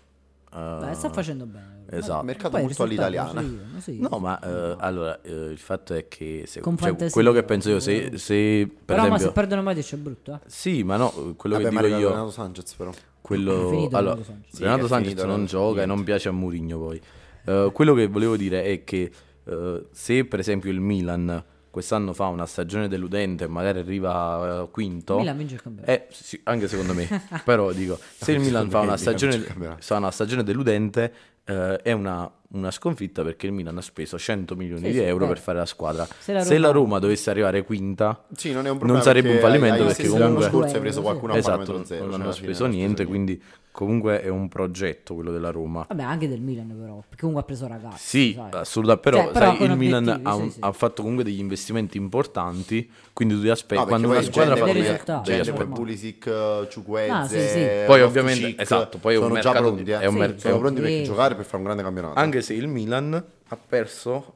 Eh, Beh, sta facendo bene. Esatto. Mercato Poi il molto risultato all'italiana. lo so io, lo so io. No, ma eh, allora eh, il fatto è che se- Con cioè, fantasia. quello che penso io, se, se per Però ma esempio, se perdono Matic è brutto, eh. sì, ma no, quello Vabbè, che ma dico arriva io, Renato Sanchez però. quello È finito allora, Renato Sanchez. Sì, Renato è Sanchez finito, non Renato- gioca e non piace a Mourinho poi. Eh, quello che volevo dire è che eh, se per esempio il Milan quest'anno fa una stagione deludente e magari arriva eh, quinto, Milan vince il campionato. eh, sì, anche secondo *laughs* me, però dico, se il Milan fa Secondo me il una Milan stagione, ci cambierà. fa una stagione deludente eh, è una, una sconfitta perché il Milan ha speso 100 milioni Sì, di sì, euro eh. per fare la squadra. Se la se la Roma- Roma dovesse arrivare quinta, Sì, non è un Non problema. sarebbe un perché ai- fallimento, ai perché stessi dell'anno comunque- scorso hai preso qualcuno a esatto, parametro zero. non cioè, hanno alla fine speso non ha niente, quindi comunque è un progetto quello della Roma. Vabbè, anche del Milan però, perché comunque ha preso ragazzi. Sì, sai. assolutamente, però, Cioè, però sai, con il obiettivi, Milan ha, sì, un- sì. ha fatto comunque degli investimenti importanti, quindi tu ti aspetti No, perché quando poi una gente squadra fa come- dei degli- risultati, degli gente insomma. come aspetti- Pulisic, eh, Ciukwueze, Ah, sì, sì. Poi Loftus-Cheek, ovviamente, esatto, poi è un sono già mercato di- pronti, eh. è un Sì, mer- sono sì. pronti perché Sì. giocare per fare un grande campionato. anche se il Milan ha perso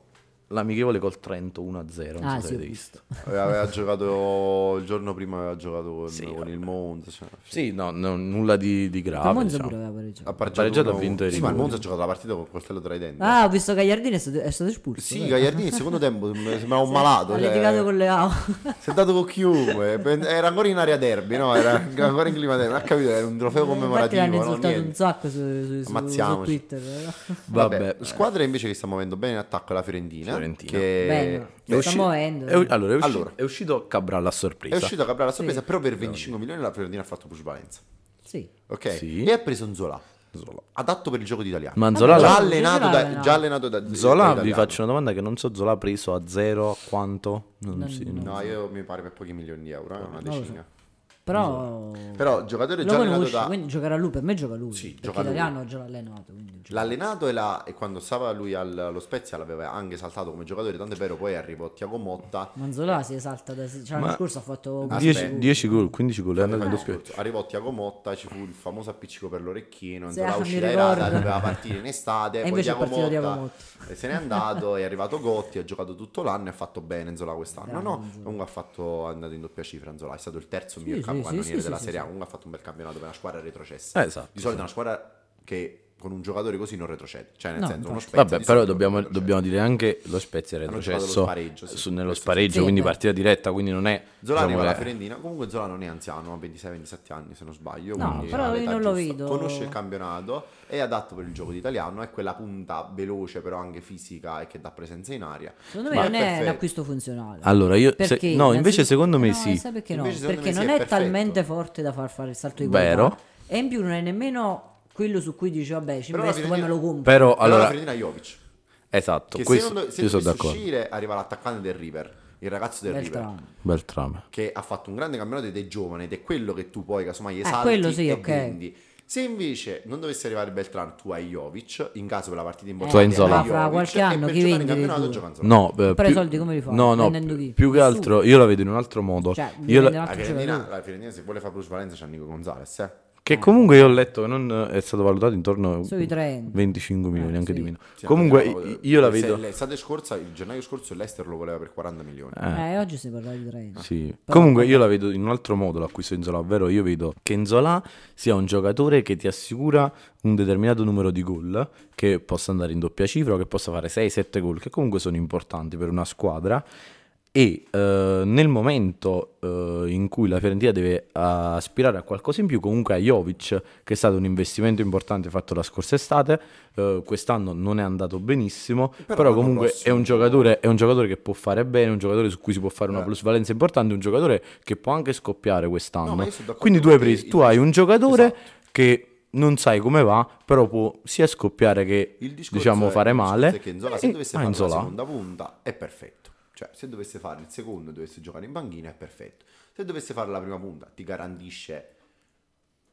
l'amichevole col Trento 1-0, non Ah, so sì, se ho avete visto. visto. Eh, Aveva giocato il giorno prima aveva giocato con, Sì, con vabbè. il Monza, cioè, alla fine. Sì, no, no, nulla di, di Ma grave. Monza pure Diciamo. aveva pareggiato. ha pareggiato, ha uno- vinto Sì, i ma il rigori. Monza ha giocato la partita con il coltello tra i denti. Ah, ho visto Gagliardini è stato, è stato espulso. Sì, dai. Gagliardini nel secondo *laughs* tempo sem- sembrava un malato. Ha cioè, litigato con le AO. Si è dato con chiunque. ben- Era ancora in area derby, no? Era ancora in clima derby. Non ha capito, era un trofeo Eh, Infatti commemorativo. l'hanno No, insultato un eh, niente. sacco su, su- su- su Ammazziamoci. Twitter. però. *laughs* Vabbè, Vabbè. squadra invece che sta muovendo bene in attacco è la Fiorentina. Fiorentina. Che... Bene. È sta usci- muovendo. è u- allora, è usci- Allora. è uscito Cabral a sorpresa. È uscito Cabral a sorpresa, Sì. però per 25 milioni la Fiorentina ha fatto push Valenza. Sì. Ok? Sì. E ha preso un Zola. Adatto per il gioco di italiano. Ma Vabbè, Zola, già, Zola- allenato Zola da, era- già allenato da Zola da vi italiano. faccio una domanda che non so Zola ha preso a zero a quanto? Non, Non- sì, non- No, io mi pare per pochi milioni di euro, eh, una lo so. decina. Però... Però giocatore Lo già allenato conosce, da quindi giocherà lui. Per me gioca lui. Sì, perché gioca lui. l'italiano già l'ha allenato. quindi gioca. L'allenato e, la- e quando stava lui al- allo Spezia l'aveva anche saltato come giocatore, tanto è vero poi arrivò Tiago Motta, Manzola si esalta da... cioè, l'anno Ma- scorso ha fatto... Ah, 10, aspetta. 10 gol, 15 gol, è andato in l'anno doppio. scorso arrivò Tiago Motta, ci fu il famoso appiccico per l'orecchino, Sì, doveva ah, mi uscire ricordo. Errata, doveva partire in estate, *laughs* E poi invece è Tiago Motta, partito Thiago e se n'è andato, è arrivato Gotti, ha giocato tutto l'anno e ha fatto bene Enzola quest'anno, Bravo, no? Nzola. Comunque ha fatto, è andato in doppia cifra Enzola, è stato il terzo miglior sì, capocannoniere sì, sì, della sì, Serie A, sì. comunque ha fatto un bel campionato per una squadra retrocessa. Eh, esatto. Di solito è una squadra che con un giocatore così non retrocede, cioè nel No, senso uno infatti. Spezia Vabbè, di però solito cioè, non dobbiamo, retrocede. dobbiamo dire anche lo Spezia è Hanno retrocesso giocato lo spareggio, sì. su- nello Questo sì. spareggio, Sì, quindi beh. partita diretta, quindi non è... Zola diciamo, arriva alla è- Fiorentina, comunque Zola non è anziano, ha 26-27 anni se non sbaglio. No, quindi però ha io l'età non lo giusta. vedo. Conosce il campionato, è adatto per il gioco di italiano, è quella punta veloce però anche fisica e che dà presenza in aria. Secondo me Ma non è perfetto. un acquisto funzionale. Allora, io... se- Perché, no, invece innanzitutto- secondo me no, eh, sì. sai perché no? Invece secondo Perché me sì, non è è, perfetto. talmente forte da far fare il salto di Vero. qualità. E in più non è nemmeno quello su cui dici vabbè ci Però la investo poi me Fiorentina- lo compro. Allora, Però, la allora... Fiorentina Jovic. Esatto, Che questo, se non, se io sono dovesse d'accordo. uscire arriva l'attaccante del River, il ragazzo del River. Beltrame. Beltrame. che ha fatto un grande campionato ed è giovane ed è quello che tu poi casomai Eh, esalti quello sì, e ok. brindi. Se invece non dovesse arrivare Beltran, tu hai Jovic, in caso per la partita Tu hai importante Nzola. hai Ma fra Jovic, Eh, qualche e anno per chi giocare vendi in dei campionato due? gioca Nzola. No, eh, Però i più- soldi come li fai? No, no, Vendendo più, chi? più che Nessuno. altro, io la vedo in un altro modo. Cioè, mi Io la- prende un La altro giocatore. Fiorentina, la Fiorentina, se vuole fare plus Valenza c'è Nico Gonzalez, eh. Che comunque io ho letto che non è stato valutato intorno Sui 30. 25 milioni, Eh, anche sì. di meno. Sì, comunque andiamo a i- vedere. io la Se vedo... L'estate scorsa, il gennaio scorso, l'Ester lo voleva per 40 milioni. Eh. Eh, oggi si parla di 30. Sì. Eh. Però- Comunque io la vedo in un altro modo l'acquisto di Nzola, ovvero io vedo che Nzola sia un giocatore che ti assicura un determinato numero di gol, che possa andare in doppia cifra, che possa fare 6-7 gol, che comunque sono importanti per una squadra. E eh, nel momento eh, in cui la Fiorentina deve eh, aspirare a qualcosa in più, comunque a Jovic, che è stato un investimento importante fatto la scorsa estate, eh, quest'anno non è andato benissimo, però, l'anno comunque è, prossimo- un giocatore, è un giocatore che può fare bene, un giocatore su cui si può fare una Eh. plusvalenza importante, un giocatore che può anche scoppiare quest'anno. No, ma io sono d'accordo Quindi tu con hai, te, preso- il- tu hai un giocatore Esatto. che non sai come va, però può sia scoppiare che Il discorso diciamo è- fare il discorso male. è che Nzola, se e- dovesse ah, fare Nzola. la seconda punta, è perfetto. Cioè, se dovesse fare il secondo, e dovesse giocare in panchina, è perfetto. Se dovesse fare la prima punta, ti garantisce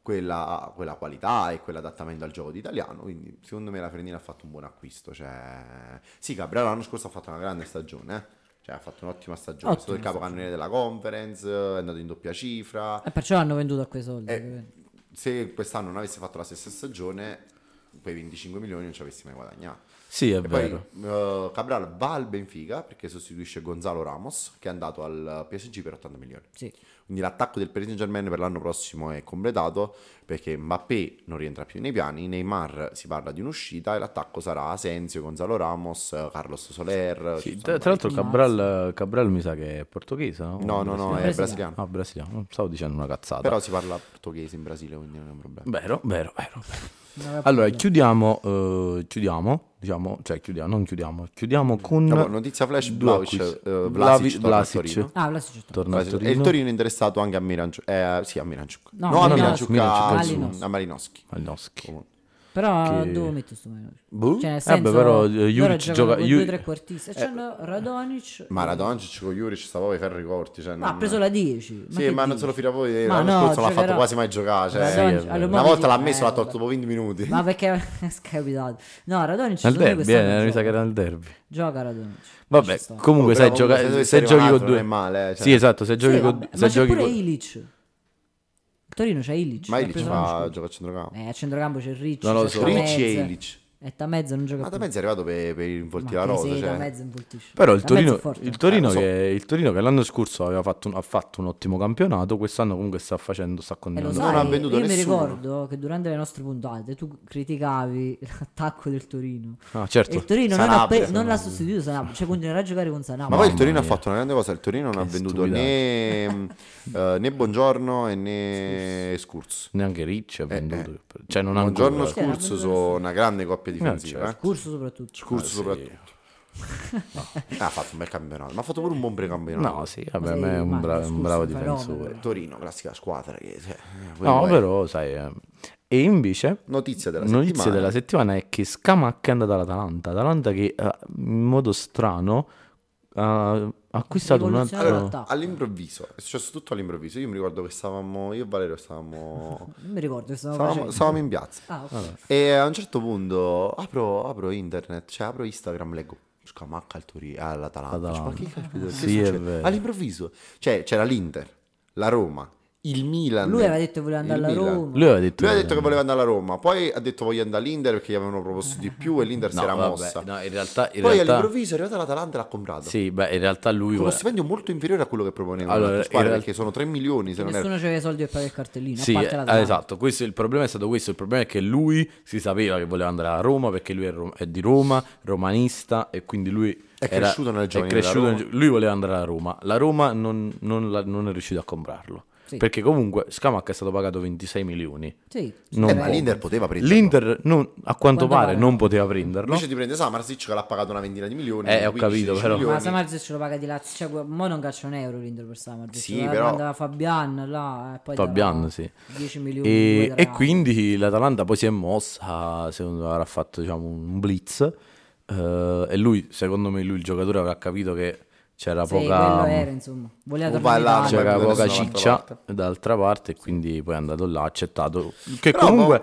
quella, quella qualità e quell'adattamento al gioco d'italiano. Quindi, secondo me, la Fiorentina ha fatto un buon acquisto. Cioè... Sì, Gabriele l'anno scorso ha fatto una grande stagione. eh. Cioè, ha fatto un'ottima stagione. È stato il Ottima capocannoniere della conference, è andato in doppia cifra. E Eh, perciò hanno venduto a quei soldi. Eh, se quest'anno non avesse fatto la stessa stagione, quei 25 milioni non ci avessi mai guadagnato. Sì, è E vero. poi eh, Cabral va al Benfica perché sostituisce Gonzalo Ramos che è andato al PSG per 80 milioni. Sì. Quindi l'attacco del Paris Saint Germain per l'anno prossimo è completato perché Mbappé non rientra più nei piani, Neymar si parla di un'uscita e l'attacco sarà Asensio, Gonzalo Ramos, Carlos Soler. Sì, ci tra, sono tra l'altro Di Cabral, Cabral mi sa che è portoghese, no? vari- No, no, no, è Brasiliano. brasiliano. Ah, brasiliano. Stavo dicendo una cazzata. Però si parla portoghese in Brasile, quindi non è un problema. Vero, vero, vero. Non aveva Allora, problemi. chiudiamo, eh, chiudiamo, diciamo, cioè chiudiamo, non chiudiamo, chiudiamo con... Dopo, notizia flash, due Vlahovic, acquisti. eh, Vlasic Vlavi- torna a Vlasic Torino. Ah, adesso c'è stato. torna a E il Torino. Torino è interessato anche a Miranchuk. Eh, sì, a Miranchuk. No, No, a Miranchuk. Miranchuk, a, Malinowski. a Malinowski. Malinowski. Però Che- devo mettere sto Malinowski? Boh. Cioè, nel Eh, beh, senso, però, eh, loro Juric eh, giocano gioca- con Ju- due tre quartisti. E c'hanno Radonic. Ma Radonjic con Juric stava i ferri corti. Cioè, Ma ha non- preso la 10. Sì, che ma non dici? se lo fila voi vedere. Ma L'anno no, scorso non l'ha giocherà- fatto quasi mai giocare. Cioè, Radonjic- Sì, è allora, una mo volta l'ha dico- messo, eh, l'ha tolto dopo 20 minuti. Ma perché *laughs* è scapitato? No, Radonic Nel secondo me derby, quest'anno eh, mi sa gioca. che era nel derby. Gioca Radonic. Vabbè, Ci sta. comunque Oh, però sai comunque giocare se se, dovesse arrivare giochi un con altro due non è male, eh, cioè. Sì, esatto, se giochi Sì, con vabbè, se ma c'è giochi pure con Ilic. Il Torino c'è Ilic. ma l'ha Ilic preso esatto. fa l'anno scorso. gioca a centrocampo. Eh, a centrocampo c'è Ricci. Non lo c'è so. Ricci e Tamezze. Ilic. E Tamezzo non gioca Ma da più. mezzo è arrivato per, per involtire la Ma che rosa. sì, cioè. Tamezzo involtisce. Però il Tamezzo è Torino, forte. il, Torino Eh, lo so. che, il Torino che l'anno scorso aveva fatto un- ha fatto un ottimo campionato, quest'anno comunque sta facendo, sta E Eh, lo continuando. Non sai, ha venduto io mi nessuno. ricordo che durante le nostre puntate tu criticavi *laughs* l'attacco del Torino. Ah, E certo. il Torino non, Sanabria, ha pe- Sanabria. non l'ha sostituito Sanabria, cioè continuerà a giocare con Sanabria. eh. Ma poi il Mamma Torino ha mia. fatto una grande cosa. Il Torino non ha Che venduto né, *laughs* eh, né Buongiorno e né Scurs. Neanche Ricci ha venduto. eh. Cioè non ha ancora... Buongiorno Sì, era Scurs bello sono una grande coppia difensiva. eh. certo. Curso soprattutto. Scurs Ah, sì. *laughs* soprattutto. Ah, ha fatto un bel campionato, ma ha fatto pure un buon precampionato. Eh, No, sì, vabbè, Sì, ma è un, ma bra- scusa, un bravo un fenomeno. difensore. Torino, classica squadra che... cioè, eh, No, quello è. però sai... eh. E invece... Notizia della Notizia settimana. della settimana è che Scamacca è andata all'Atalanta. Atalanta che eh, in modo strano ha acquistato un altro... Rivoluzionato Allora, Attacco. all'improvviso, è successo tutto all'improvviso. Io mi ricordo che stavamo, io e Valerio *laughs* stavamo, Non mi ricordo che stavamo stavamo, facendo. stavamo in piazza. Ah, ok. E a un certo punto apro, apro internet, cioè apro Instagram, leggo Scamacca al Torino, all'Atalanta. Dico, Ma che caspita, che Sì, è succede? vero. All'improvviso, cioè c'era l'Inter, la Roma, il Milan. Lui aveva detto che voleva andare il alla Milan. Roma. Lui aveva detto, Lui ha detto che voleva andare alla Roma, poi ha detto voglio andare all'Inter perché gli avevano proposto di più e l'Inter si No, era vabbè, mossa. no, in realtà, in poi realtà all'improvviso è arrivata l'Atalanta e l'ha comprato. sì, beh, in realtà lui Con uno voleva- stipendio molto inferiore a quello che proponeva Allora, allora, in squadra, real- perché sono 3 milioni se non erro. Nessuno aveva i soldi per pagare il cartellino. Sì, a eh, parte la esatto, questo, il problema è stato questo, il problema è che lui si sapeva che voleva andare a Roma perché lui è, ro- è di Roma, romanista e quindi lui È era- cresciuto nelle è giovanili cresciuto della nel- lui voleva andare alla Roma, la Roma non, non la- non è riuscita a comprarlo Sì. perché comunque Scamacca è stato pagato 26 milioni, Sì, Non- Eh, Vabbè. ma l'Inter poteva prendere. l'Inter non- a quanto Quanto pare pare? non poteva prenderlo, Invece ti prende Samarsic che l'ha pagato una ventina di milioni. Eh, ho 15, capito, 16 però. ma milioni. Samarzic ce lo paga di là. Cioè, gu- mo non caccia un euro l'Inter per Samarzic. Sì, Eh, però- Andava Fabian là. eh, poi Fabian, dava sì. 10 milioni. due E, da e là. quindi l'Atalanta poi si è mossa, secondo me avrà fatto diciamo, un blitz Eh, e lui, secondo me, lui il giocatore avrà capito che c'era Sì, quello poca, era, insomma. Voleva Oh, tornare vai là, cioè, in Italia. c'era da poca nessun'altra ciccia parte. d'altra parte, e quindi poi è andato là, ha accettato. Che Però, boh. comunque,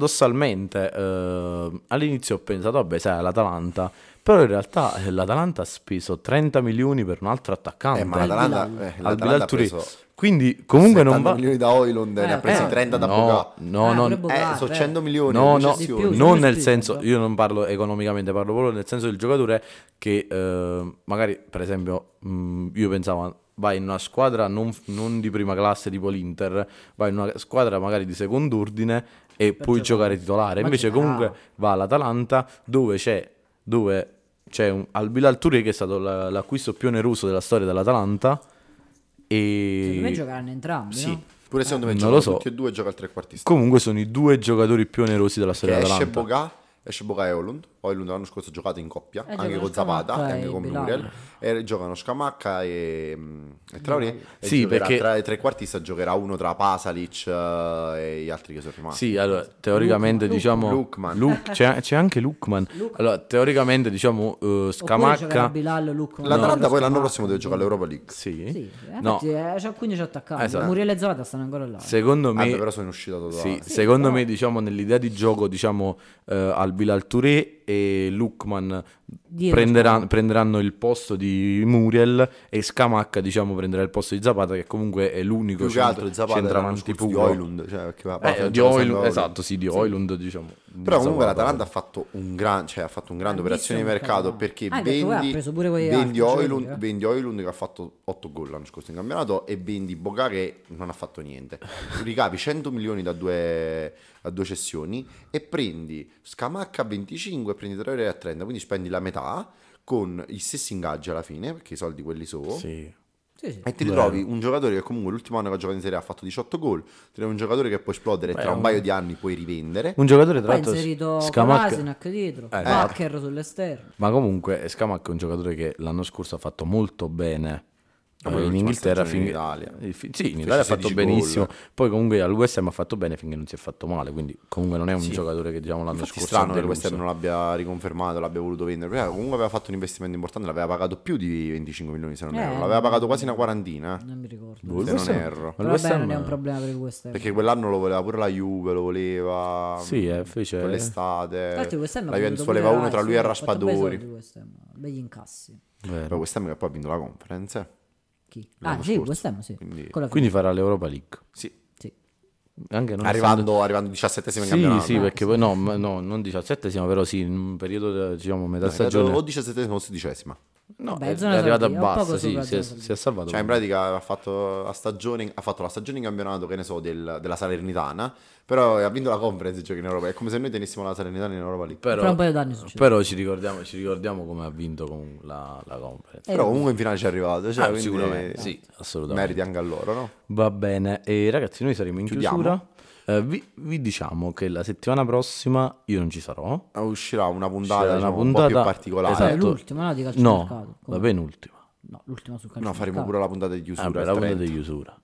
paradossalmente, eh, all'inizio ho pensato, vabbè, sai, l'Atalanta. Però in realtà eh, l'Atalanta ha speso 30 milioni per un altro attaccante. Eh, ma Al l'Atalanta, Bilal. eh, Al l'Atalanta Bilal ha Turì. preso Quindi comunque non 70 va... milioni da Oilund ne Eh, ha presi eh. 30 da no, Boca. no, Eh, no, pure no, Eh, Bogà, sono vero. 100 milioni no, di no, cessioni. Di più, non sì, nel sì, senso, sì. io non parlo economicamente, parlo proprio nel senso del giocatore che eh, magari, per esempio, mh, io pensavo, vai in una squadra non, non di prima classe tipo l'Inter, vai in una squadra magari di secondo ordine e puoi giocare titolare, Ma invece giocava. comunque va all'Atalanta dove c'è, dove c'è un, al Bilal Touré che è stato la- l'acquisto più oneroso della storia dell'Atalanta e... Secondo me giocaranno entrambi, Sì. no? Pure secondo me Non giocano lo so. tutti e due gioca al trequartista. Comunque sono i due giocatori più onerosi della storia Che esce dell'Atalanta. Boga, esce Boga e Oilund. Oilund l'anno scorso ha giocato in coppia, giocano anche con Scamacca Zapata e e anche con Bilal. Muriel. E giocano Scamacca e, mm, e Traoré. E Sì, giocherà perché- tra i trequartista giocherà uno tra Pasalic eh, e gli altri che sono rimasti. Sì, allora, teoricamente Lukman, diciamo... Lukman. Lu- c'è, c'è *laughs* anche Lukman. Allora, teoricamente diciamo eh, Oppure giocherà Scamacca... Bilal, Lucco. L'Atalanta poi l'anno prossimo deve giocare all'Europa League. Sì. Sì, eh, no, infatti, eh, c'ha- quindi ci attaccano. Esatto. Muriel e Zapata stanno ancora là. secondo Ah, me... beh, però sono in uscita sì, totale. secondo però- me diciamo nell'idea di gioco diciamo eh, al Bilal Touré e Lukman Dietro prenderan- prenderanno il posto di Muriel e Scamacca diciamo prenderà il posto di Zapata che comunque è l'unico Più che cent- altro Zapata l'anno centravanti scorso di puro. Oilund. Cioè, perché va- va- Eh, di gioca sempre Oilund, Oilund. esatto, sì, di Oilund diciamo. di Però comunque Zapata. l'Atalanta ha fatto, un gran, cioè, ha fatto un grande operazione di Grandissimo mercato perché mercato. Ah, perché poi ha vendi, preso pure quegli vendi, altri giocatori, Oilund, eh. vendi Oilund che ha fatto 8 gol l'anno scorso in campionato e vendi Boga che non ha fatto niente. Ricavi 100 milioni da due, da due cessioni e prendi Scamacca a 25 e prendi Traoré a 30, quindi spendi la metà con gli stessi ingaggi alla fine perché i soldi quelli sono. Sì. Sì, sì. E ti ritrovi un giocatore che comunque l'ultimo anno che ha giocato in Serie A ha fatto 18 gol, ti ritrovi un giocatore che può esplodere e Beh, tra un un- paio di anni puoi rivendere. Un giocatore tra Poi ha l'altro inserito Scamacca- Kolasinac dietro, Eh, Bakker sull'esterno. Ma comunque Scamacca è un giocatore che l'anno scorso ha fatto molto bene. Ah, ma eh, in l'ultima Inghilterra stagione finché- in Italia. eh, fi- Sì, in Fece Italia ha fatto 16 benissimo. gol. Poi comunque al West Ham ha fatto bene finché non si è fatto male, quindi comunque non è un giocatore che diciamo l'anno Infatti è scorso strano ha che deluso. West Ham non l'abbia riconfermato, l'abbia voluto vendere. Perché comunque aveva fatto un investimento importante, l'aveva pagato più di 25 milioni se non Eh, erro. L'aveva pagato quasi una quarantina. eh, Non mi ricordo. Boh, il Se West non Ham- erro. ma il Però West vabbè, Ham- non è un problema per il West Ham. Perché quell'anno lo voleva pure la Juve, lo voleva. mm, Sì, eh, fece- Quell'estate. Infatti il West Ham ha Eh, la Juventus venduto pure voleva uno Rice, tra lui e ha fatto bei soldi Raspadori. West Ham, Begli incassi. Vero. Però West Ham che poi ha vinto la conference. eh. Chi? L'anno Ah, sì, scorso. West Ham, sì. Quindi- Con la Quindi farà l'Europa League. Sì. sì. Anche non Arrivando, arrivando 17esimo in Sì, campionato. sì, perché poi no, ma- no, non 17esimo, però sì, in un periodo diciamo metà È arrivato stagione. o 17esimo o 16esima. No, Vabbè, è zona arrivato a salvezza, un bassa, poco sì, sopra si è, zona si è salvato. Cioè, in pratica ha fatto, la stagione, ha fatto la stagione in campionato, che ne so, del- della Salernitana. Però ha vinto la conference giochi in Europa. È come se noi tenessimo la Salernitana in Europa lì. però, Fra un paio d'anni succede. però ci ricordiamo, ci ricordiamo come ha vinto con la, la conference. Però comunque in finale ci è arrivato. Cioè, Eh, Ah, quindi sicuramente, sì, assolutamente. Meriti anche a loro, no? Va bene, e ragazzi, noi saremo in Chiudiamo. chiusura. Eh, vi, vi diciamo che la settimana prossima io non ci sarò. Ah, Uscirà una puntata, Sarà diciamo, un po' più particolare. esatto. Eh, l'ultima, no, di No, calciomercato. Come? va bene, ultima. No, l'ultima sul calcio. No, faremo pure la puntata di Ah, chiusura. beh, il la puntata 30. di chiusura.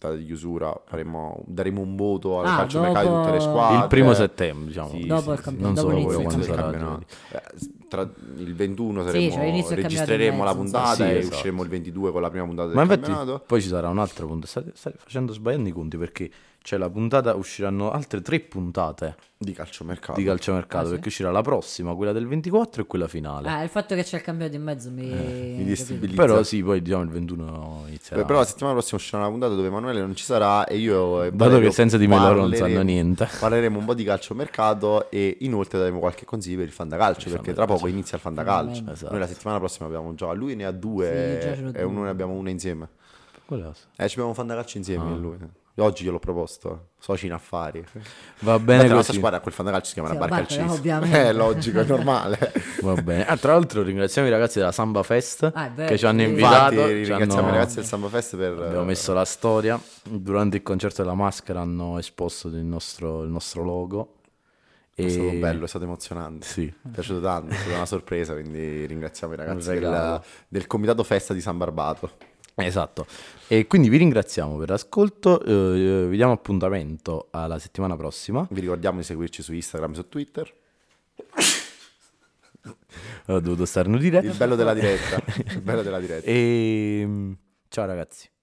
puntata di chiusura. faremo- daremo un voto al Ah, calcio mercato di tutte le dopo- squadre. Il primo settembre, diciamo. Ah, Sì, Dopo il non campionato, so dopo poi l'inizio quando del sarà. campionato. Eh, tra il 21 saremo, cioè, inizio del campionato registreremo in la mezzo, insomma. puntata Sì, e esatto. usciremo il 22 con la prima puntata del Ma infatti campionato. poi ci sarà un altro punto. State, state facendo sbagliando i conti perché c'è la puntata, usciranno altre tre puntate Di calciomercato. di calciomercato. Ah, sì? Perché uscirà la prossima, quella del 24 e quella finale. Ah, il fatto che c'è il campionato in mezzo mi... Eh, capito? destabilizza. Però sì, poi diciamo il 21 inizierà. Beh, Però la settimana prossima uscirà una puntata dove Emanuele non ci sarà e io e Dato Valerio che senza di me loro non sanno parleremo- niente. Parleremo un po' di calciomercato e inoltre daremo qualche consiglio per il fandacalcio perché tra poco inizia il fandacalcio. Finalmente. Esatto. Noi la settimana prossima abbiamo già lui ne ha Sì, già due ce l'ho e uno due. ne abbiamo una insieme. Quella- Eh, ci abbiamo un fandacalcio insieme Ah. io e lui. Oggi gliel'ho proposto, soci in affari. Va Tanto bene la nostra così. squadra quel fandacalcio si chiama Sì, la la barca al Barca, Ciso. ovviamente. *laughs* È logico, è *laughs* normale. Va bene. Ah, tra l'altro ringraziamo i ragazzi della Samba Fest Ah, è vero. che ci hanno Sì. invitato. Infatti, ci ringraziamo i hanno- ragazzi del Samba Fest per Abbiamo messo la storia. Durante il concerto della maschera hanno esposto il nostro, il nostro logo. eh, È E- stato bello, è stato emozionante. Sì. Mi è piaciuto tanto, è stata una sorpresa, quindi ringraziamo i ragazzi regalo. del, del comitato festa di San Barbato. Esatto. E quindi vi ringraziamo per l'ascolto. eh, vi diamo appuntamento alla settimana prossima. Certo, Vi ricordiamo di seguirci su Instagram e su Twitter. Eh, Ho dovuto stare in diretta. certo. *laughs* Il bello della diretta. Il bello della diretta. E Ehm, ciao ragazzi.